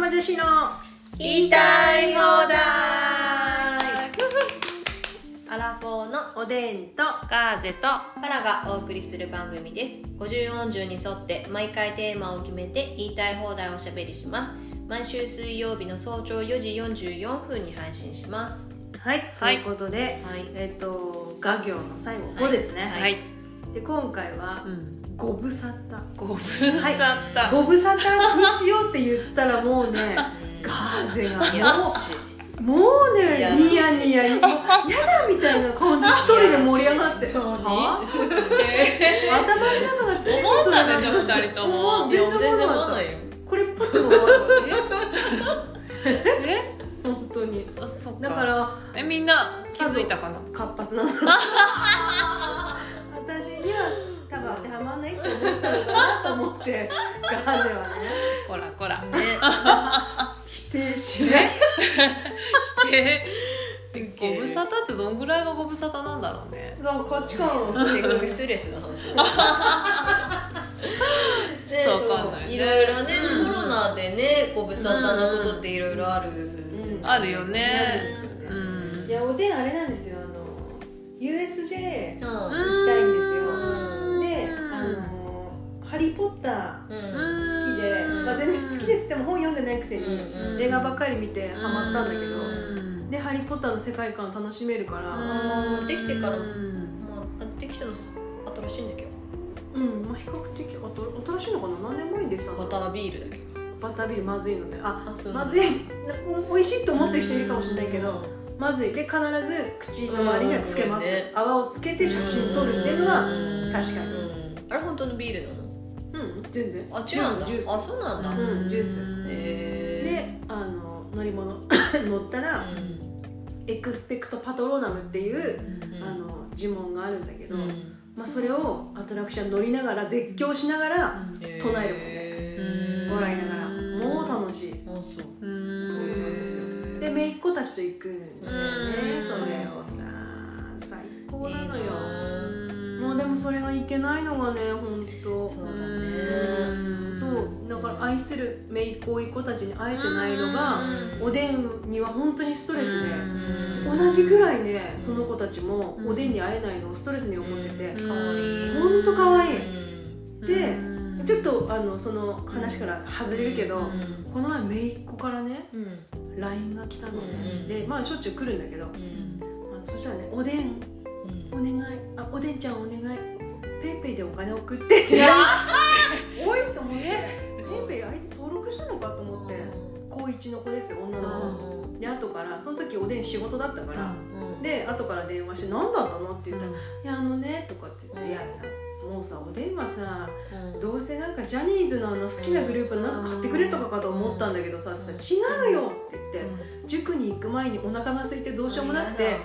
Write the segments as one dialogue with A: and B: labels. A: 女子の
B: 言いたい放題アラフォーの
A: おでんと
C: ガーゼと
B: パラがお送りする番組です50、40に沿って毎回テーマを決めて言いたい放題をおしゃべりします毎週水曜日の早朝4時44分に配信します
A: はい、
C: はい
A: ということで、
B: はい
A: えっ、と画行の最後5ですね、
B: はい
C: はい、
A: で今回は
C: うん、
A: ご無沙汰
C: ご無沙汰、
A: ご無沙汰にしようって言ったらもうねガーゼが
B: いやら
A: も
B: しいう
A: もうね
B: い や
A: ニヤニヤもうやだみたいな感じ一人で盛り上がって
B: いやらしい
A: は
C: え
A: 頭の中が常に
C: 思
A: そ
C: っ
A: れ
C: た
A: な
C: でしょ二人とも
A: う
B: いや
A: 全然思わなかっ
B: いよ
A: たこれっぽっちも思わなかったね
C: え
A: 本当に
C: あそっか
A: だから
C: えみんな気づいたかな
A: 活発なんだ私には多分当てはまんないって思ったのかなと思ってガーゼはね
C: こら こら
B: ね
A: 否定しない
C: でご無沙汰ってどんぐらいがご無沙汰なんだろうね
A: そう価値観を 捨て
B: セ
A: る
B: ックスレスの話ち
C: ょっとわかんないね
B: いろいろね、
C: うん
B: コロナでねご無沙汰なことっていろいろある、
A: ん
C: あるよね
A: ね
C: うん
A: いやおでんあれなんですよあの USJ 行き
B: うん
A: た
B: うん
A: いんですよ
B: う
A: であの「ハリー・ポッター」
B: うん
A: 好きで、
C: うん
A: まあ、全然好きでっつっても本読んでないくせに
B: うん
A: 映画ばっかり見てハマったんだけ
B: う
A: ど
C: うん
A: で「ハリー・ポッター」の世界観楽しめるから
B: あーできてから
C: うん
B: まあ、できたのす新しいんだけど
A: うん、まあ、比較的あと新しいのかな何年前にできたの
B: バタービールだけ
A: バタービールまずいのであ
B: あそう
A: まずいお美味しいと思ってる人いるかもしれないけどまずいで必ず口の周りにはつけます、
B: うんうんうんね
A: 泡をつけて写真撮るっていうのは
C: うん
A: 確か
B: う
A: に
B: んあれ本当のビールなの
A: うん全然
B: あ違うんだ
A: ジュースジュー
B: あ
A: ス
B: そうなんだ、
A: う
B: へ
A: んジュース
B: え
A: であの乗り物 乗ったら、
B: うん
A: エクスペクトパトローナムっていう、
B: うん
A: あの呪文があるんだけど、
B: うん
A: まあ、それをアトラクション乗りながら絶叫しながら
B: へー
A: 唱え
C: うん
A: 笑いながら、
C: うん
A: もう楽しい
B: あそう
C: うん
A: そうなんですよで姪っ子たちと行くんだよね、
C: うん
A: それをさ最高なのよ
B: いいな
A: もうでもそれがいけないのがね本当
B: そ
A: そう
B: だね
C: ん
A: うだから愛する姪っ子甥っ子たちに会えてないのがおでんには本当にストレスで、
B: うん
A: 同じく
C: い
A: らいねその子たちも
C: うん
A: おでんに会えないのをストレスに思ってて、
B: かわいい
A: ほんとかわいい
B: うん
A: でちょっ
C: と
A: とあのその話から外れるけど、
B: うん
A: この前姪っ子からね
B: うん
A: LINE が来たのね、
B: うん
A: でまあしょっちゅう来るんだけど
B: うんうん
A: あのそしたらね「おでんお願いあおでんちゃんお願いペイペイでお金送って」っておいと思ってペイペイあいつ登録したのかと思って高一の子ですよ女の子で後からその時おでん仕事だったから、
B: うん
A: で後から電話して「何だったの?」って言ったら「いやあのね」とかって言って「
B: うん
A: いやもうさおでんはさ
B: うん
A: どうせなんかジャニーズのあの好きなグループのなんか買ってくれとかかと思ったんだけどさ」って言ったら違うよ」って言って。塾に行く前にお腹が空いてどうしようもなくて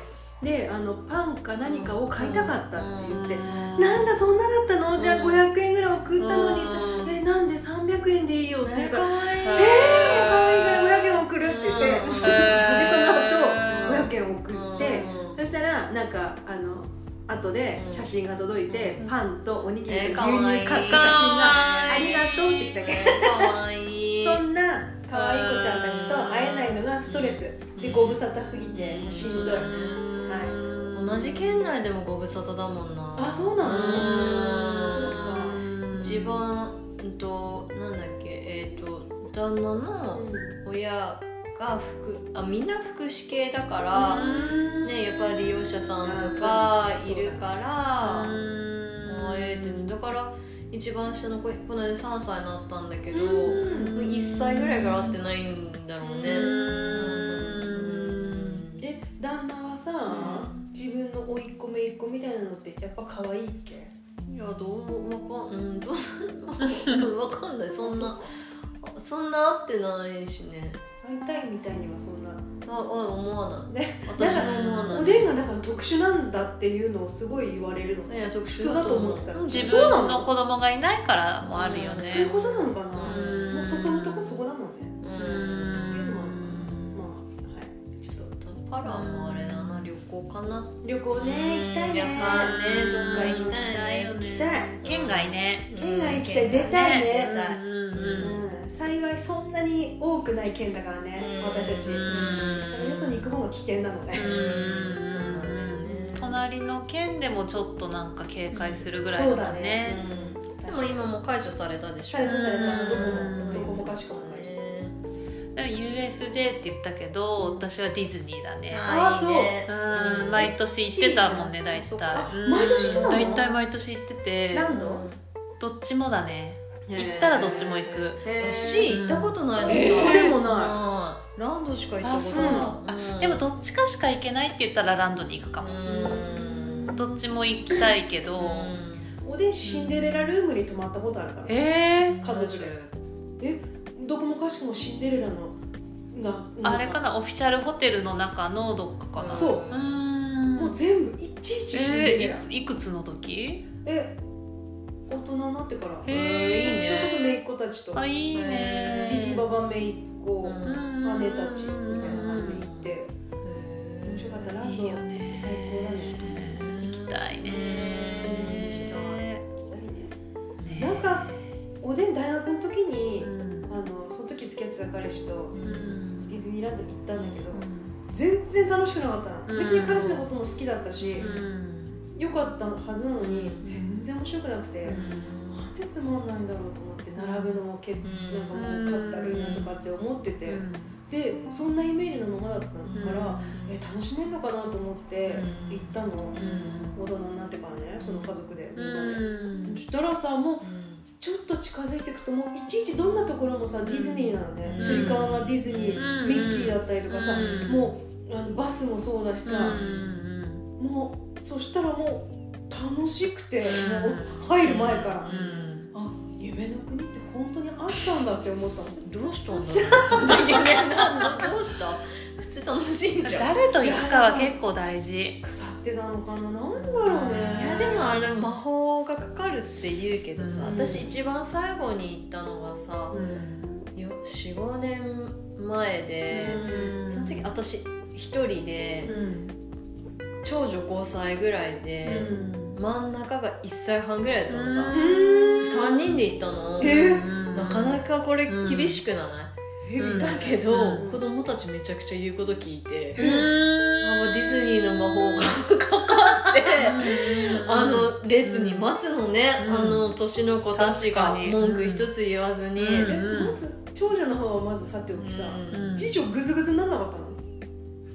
A: であのパンか何かを買いたかったって言って「なんだそんなだったのじゃあ
B: うん
A: 500円ぐらい送ったのにさ
C: うん
A: えなんで300円でいいよ」って言うから「
B: かわいい
A: えー、可愛いから500円送る」って言ってで
B: うん
A: その後500円送ってそしたらなんかあの後で写真が届いてパンとおにぎりと牛乳買った写真が「ありがとう」って来たけど
B: かわいい
A: そんな可愛い子ちゃんたちと会えないのがストレスでご無沙汰すぎてもうしんどい
C: は
B: 同じ県内でもご無沙汰だもんな
A: あそうなのそ
B: うん
A: うか
B: 一番うんとなんだっけえっ、と旦那の親が福あみんな福祉系だから、ねやっぱり利用者さんとか
A: あそう
B: い
A: だ
B: るからもうええっ
C: え
B: てだから一番下の子この間3歳になったんだけど、
A: うん
B: もう1歳ぐらいから会ってないんだろうね、
C: うん
A: え旦那はさ、
B: うん
A: 自分の甥っ子姪っ子みたいなのってやっぱ可愛いっけ
B: いやどうわかんうんどう わかんないそんなそんな会ってないしね
A: 会いたいみたいにはそんな
B: ああ思わない
A: ね
B: 私も思わな
A: お
B: いし
A: でんがだから特殊なんだっていうのをすごい言われるのさ
B: いや直
A: 普
B: 接
A: 通だと思ってたら
C: 自
A: そうな
C: 分の子供がいないからもあるよね
A: そういうことなのかな、
C: うん
A: もう注ぐとこそこだもんね
B: う
C: うん
A: っていうのもある
C: ん
A: まあはいちょっと
B: パラもあれだな旅行かな
A: 旅行ね行きたいね
B: 旅行ねどっか行きたいね
A: 行きたい
C: 県外ね
A: 県外行きたい出たいね
C: うんうん
A: うん、幸いそんなに多くない県だからね、
B: うん
A: 私たち、だからよそに行く方が危険なのね、
C: うん
A: そうなんだよね
C: 隣の県でもちょっとなんか警戒するぐらいだからね
B: でも今もう解除されたでしょ
A: されたされ
C: う
A: た
C: ん
A: どこもどこもかしこもないです
C: でも USJ って言ったけど私はディズニーだね
B: ああ
A: あー
B: そう
C: うん、
B: うん
C: 毎年行ってたもんね大
B: そう
C: 体
B: か
C: うん
A: 毎年行ってたの
C: 大体毎年行ってて
A: ランド、
B: う
C: どっちもだね行ったらどっちも行く
A: へ
B: ん
A: ー
B: 私行ったことないのさ
A: えー俺もない
B: いランドしか行ったこと
C: あ
B: ないうん
C: でもどっちかしか行けないって言ったらランドに行くか
B: う
C: も、
B: ん
C: どっちも行きたいけど、
A: 俺シンデレラルームに泊まったことあるから
C: え
A: 家族でどこもかしこもシンデレラのが
C: ー、あれかなオフィシャルホテルの中のどっかかな
A: そう
C: うーん
A: もう全部いちいちシンデ
C: え
A: レラ
C: ー、いついくつの時
A: え大人になってから
C: え
A: それ
B: ーいいね
A: こそ姪っ子たちと
C: あいい
B: え
C: ね
B: ー
A: じじばば姪っ子
B: うん
A: 姉たちみたいな感じで行って面白かったランド
C: いいよね
A: 最高だね
C: 行きたいね
B: うん行き
A: 行きたいね
C: ね
A: なんかおでん大学の時
C: う
A: に
C: ん
A: あのその時付き合ってた彼氏と
C: うん
A: ディズニーランドに行ったんだけど全然楽しくなかったの別に彼女のことも好きだったし
C: うん
A: 良かったはずなのに
B: うん
A: 全然面白くなくてなんでつまんないんだろうと思って並ぶのもけなんかもう買ったりなんとかって思っててでそんなイメージのままだったからえ楽しめんのかなと思って
B: うん
A: 行ったの
C: うん
A: 大人になってからねその家族でみんなで。
C: うん
A: そしたらさもうちょっと近づいていくともういちいちどんなところもさディズニーなのね
B: うん
A: つり革がディズニ
C: う
A: ー
C: ん
A: ミッキーだったりとかさ
C: うん
A: もうあのバスもそうだし
C: う
A: さ
C: ん
A: もうそしたらもう楽しくても
C: うん
A: う入る前から
C: うん
A: あ夢の国って本当にあったんだって思ったの
B: どうしたんだろうそんな夢なんだどうした普通楽しいんじゃん
C: 誰と行くかは結構大事
A: 腐ってたのかななんだろう
B: い
A: ね
B: やでもあれ魔法がかかるって言うけどさ、
C: うん
B: 私一番最後に行ったのがさ
C: うん
B: 45年前で、その時私一人で
C: うん
B: 長女5歳ぐらいで、真ん中が1歳半ぐらいだったの
A: う
B: さ、
A: ーん
B: 3人で行ったの、
A: え
B: なかなかこれ厳しくない、
A: ヘビ
C: うん
A: だ
B: だけど、
A: うん
B: 子供たちめちゃくちゃ言うこと聞いて、
C: う
B: あ
C: ん
B: もうディズニーの魔法がかかって、あの列に待つのね、
C: うん
B: あの年の子たちが
C: 確かに
B: 文句一つ言わずに、
C: うん
A: えまず長女の方はまずさておきさ
B: うん
A: 次女グズグズになんなかった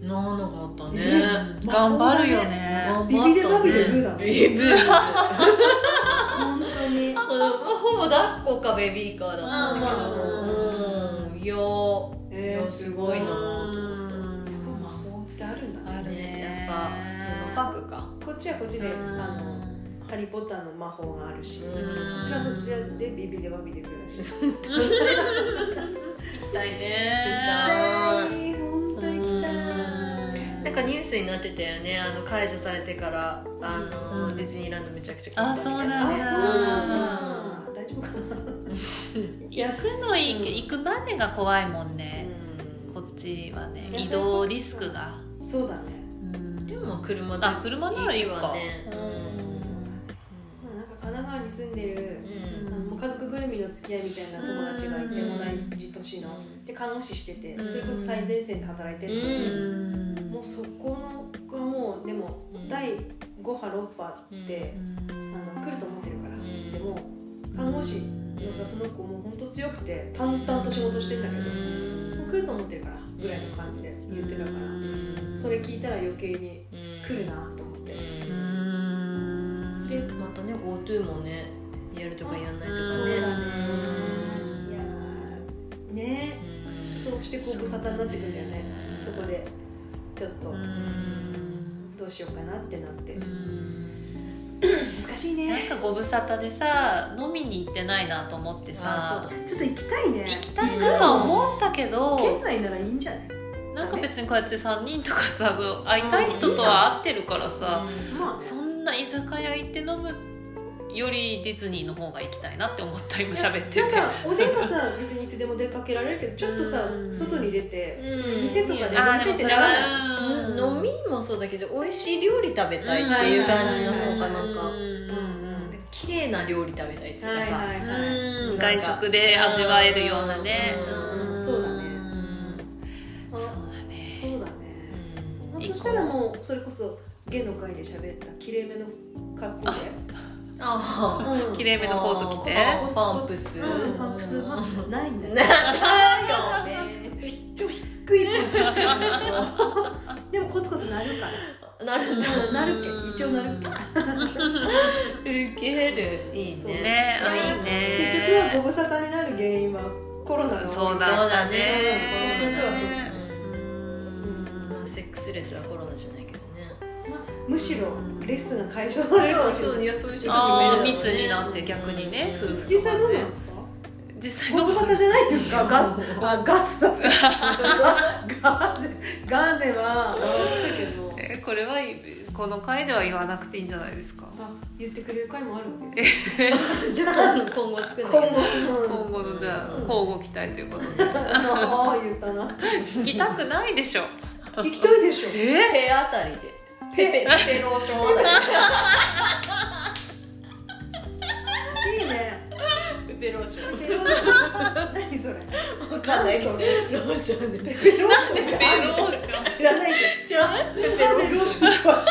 A: の
B: なんなかったね、
A: え
C: 頑張るよね
B: 頑
A: ビビ
B: 張っ
A: デ
B: た
A: バ
B: ね
A: ビデブーだもん
B: ビブー
A: 本当に
B: ほぼ抱っこかベビーカーだったんだけど、
C: う
B: うんいやー
A: え
B: い
A: ー
B: やすごいな
A: 魔法ってあるんだ
C: あ
A: ね
C: る
B: ね
C: ね
B: やっぱテーマパークか
A: こっちはこっちで「あのハリー・ポッター」の魔法があるし
B: うん
A: そちらそちらでビビデバビデブーだし
C: 行きたい
B: 行
C: ね
B: き
A: 行きたい本当に行きたい
B: なんかニュースになってたよねあの解除されてからあの、
C: うん
B: ディズニーランドめちゃくちゃ混んだみたい
C: あそうな
A: あ
C: んだ
A: そうなんだ大丈夫かな
C: 行くのいいけ行くまでが怖いもんね、
B: うん
C: こっちはね
A: いや
C: 移動リスクが、
A: そうだね
C: うん
B: でも車で
C: あ車ならいい
B: 行
C: か
B: くわね
C: うん
A: そうまあなんか神奈川に住んでる
B: うん
A: あのもう家族ぐるみの付き合いみたいな友達がいて
B: うん
A: 同じ年ので看護師してて
C: うん
A: それこそ最前線で働いてる
C: ん
A: もうそこのがもうでも
B: うん
A: 第5波6波ってあの来ると思ってるから
B: ん
A: でも看護師のさその子もう本当強くて淡々と仕事してんだけどもう来ると思ってるからぐらいの感じで言ってたから
B: うん
A: それ聞いたら余計に
B: うん
A: 来るなと思って
C: うん
A: で
B: またね GoTo もねやるとかやんないとかね
A: そうだね
C: うん
A: いやーね
B: うん
A: そうしてこう無沙汰になってくんだよねそこでちょっと
C: うん
A: どうしようかなってなって
C: うん
A: 難しい
C: なん
A: ね
C: かご無沙汰でさ飲みに行ってないなと思って
B: あ
C: さ
B: そうだ
A: ちょっと行きたいね
C: 行きたいなとは思ったけ
A: 県
C: ど
A: 内ならいいんじゃない
C: なんか別にこうやって3人とかさそう会いたい人とは会ってるからさ
A: まあ
C: そんな居酒屋行って飲むよりディズニーの方が行きたいなって思った今喋ってて
A: なんかおでんがさ別にいつでも出かけられるけどちょっとさ
C: うん
A: 外に出て
B: うん
A: その店とかで
C: あーで
A: 飲み
C: も
A: て
C: そ
A: な
C: れ
A: らない
C: は
B: うん飲みもそうだけど美味しい料理食べたいっていう感じの方がなんか
C: うんうんうん
B: 気綺麗な料理食べたいとかさ、
A: はいはいはい
B: なんか
C: 外食で味わえるようなね
A: うんそうだね
B: うんそうだね
A: そうだね、まあ、
B: うん
A: そしたらもうそれこそ芸の会で喋ったきれいめの格好で
B: あ
A: うん
C: 綺麗めのコート着て
B: あパ
A: コ
B: ン
A: ツコツ
B: プス
A: うんパンプスまあないんだ
B: あ
A: けど
B: なんよね
A: ちょ低いパンプスなんだけど でもコツコツなるか
B: なるんだ
A: らなるけん一応なるけん
B: ウケるいい
A: そう
B: ね
C: ねあいい
A: 結
C: ね
A: 局はご無沙汰になる原因はコロナの
C: そう
B: そ
C: だ
B: うだね
A: 結局はそうだ
B: うんまあセックスレスはコロナじゃないけどね
A: まあむしろレッスンが解消される
B: そうそういやそういう人たちもいる
C: あー
B: だろうね
C: 密になって逆にね夫婦とかね
A: 実際どうなんですか
C: 実際
A: ご
C: ど
A: 無
C: う
A: 沙汰じゃないですかガスあガスだったガーゼガーゼは笑ってたけど
C: えこれはこの回では言わなくていいんじゃないですか
A: あ言ってくれる回もあるんですよ
B: じゃあ今後少
A: 今
B: ない
C: 今
A: 後
C: 後のじゃあ
A: そう
C: 交互期待ということで
A: のああ言ったな
C: 聞きたくないでしょ
A: 聞きたいでしょ
C: え
B: ペあたりでペペペローションあ
A: いいね
B: たりでペペローション
A: ペペローション何それ
B: わ
A: かんない
B: けど
A: それ
B: ローションでペ
A: ペペローション
C: ペローション
A: 知らないけ
B: 知らないペ
A: ど
B: ペロ
A: なぜローション詳しい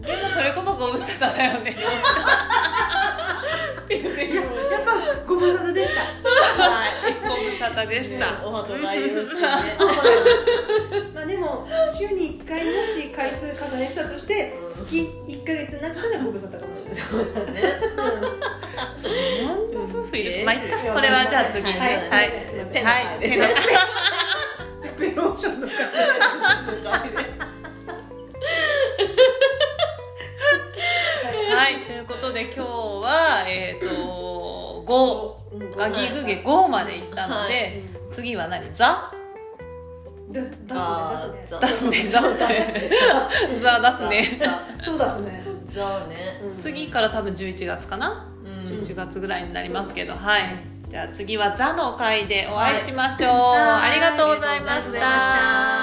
C: でもそれこそご無沙汰だよね
A: いややっぱご無沙汰でした
C: ご無沙汰でした
B: おはとがよろしいね
A: まあでも週に1回もし回数重ねてたとして
B: うん
A: 月1か月になってたらご無沙汰かもしれない
B: そうだね
A: なんだ
C: 夫婦いるまあいっかこれはじゃあ次ね
A: はい
C: はい
A: すいま
B: せん
C: はい
B: ペ
C: ペ
B: ロ
C: ロ
A: ペペローションの方
C: はいということで今日はえっ、と五
A: うん
C: ガギグゲ五まで行ったので、
B: は
C: 次は何ザ
A: 出す出すね
B: あ
A: 出
B: ー
A: すね
B: ザ
C: 出すねザザ出すね
B: ザ
A: そう出すね
B: ザね
A: うん
C: 次から多分11月かな
B: うん
C: 11月ぐらいになりますけどはいじゃあ次はザの回でお会いしましょう、
A: はい
C: ありがとうございま
A: ありがとうご
C: し
A: ざいました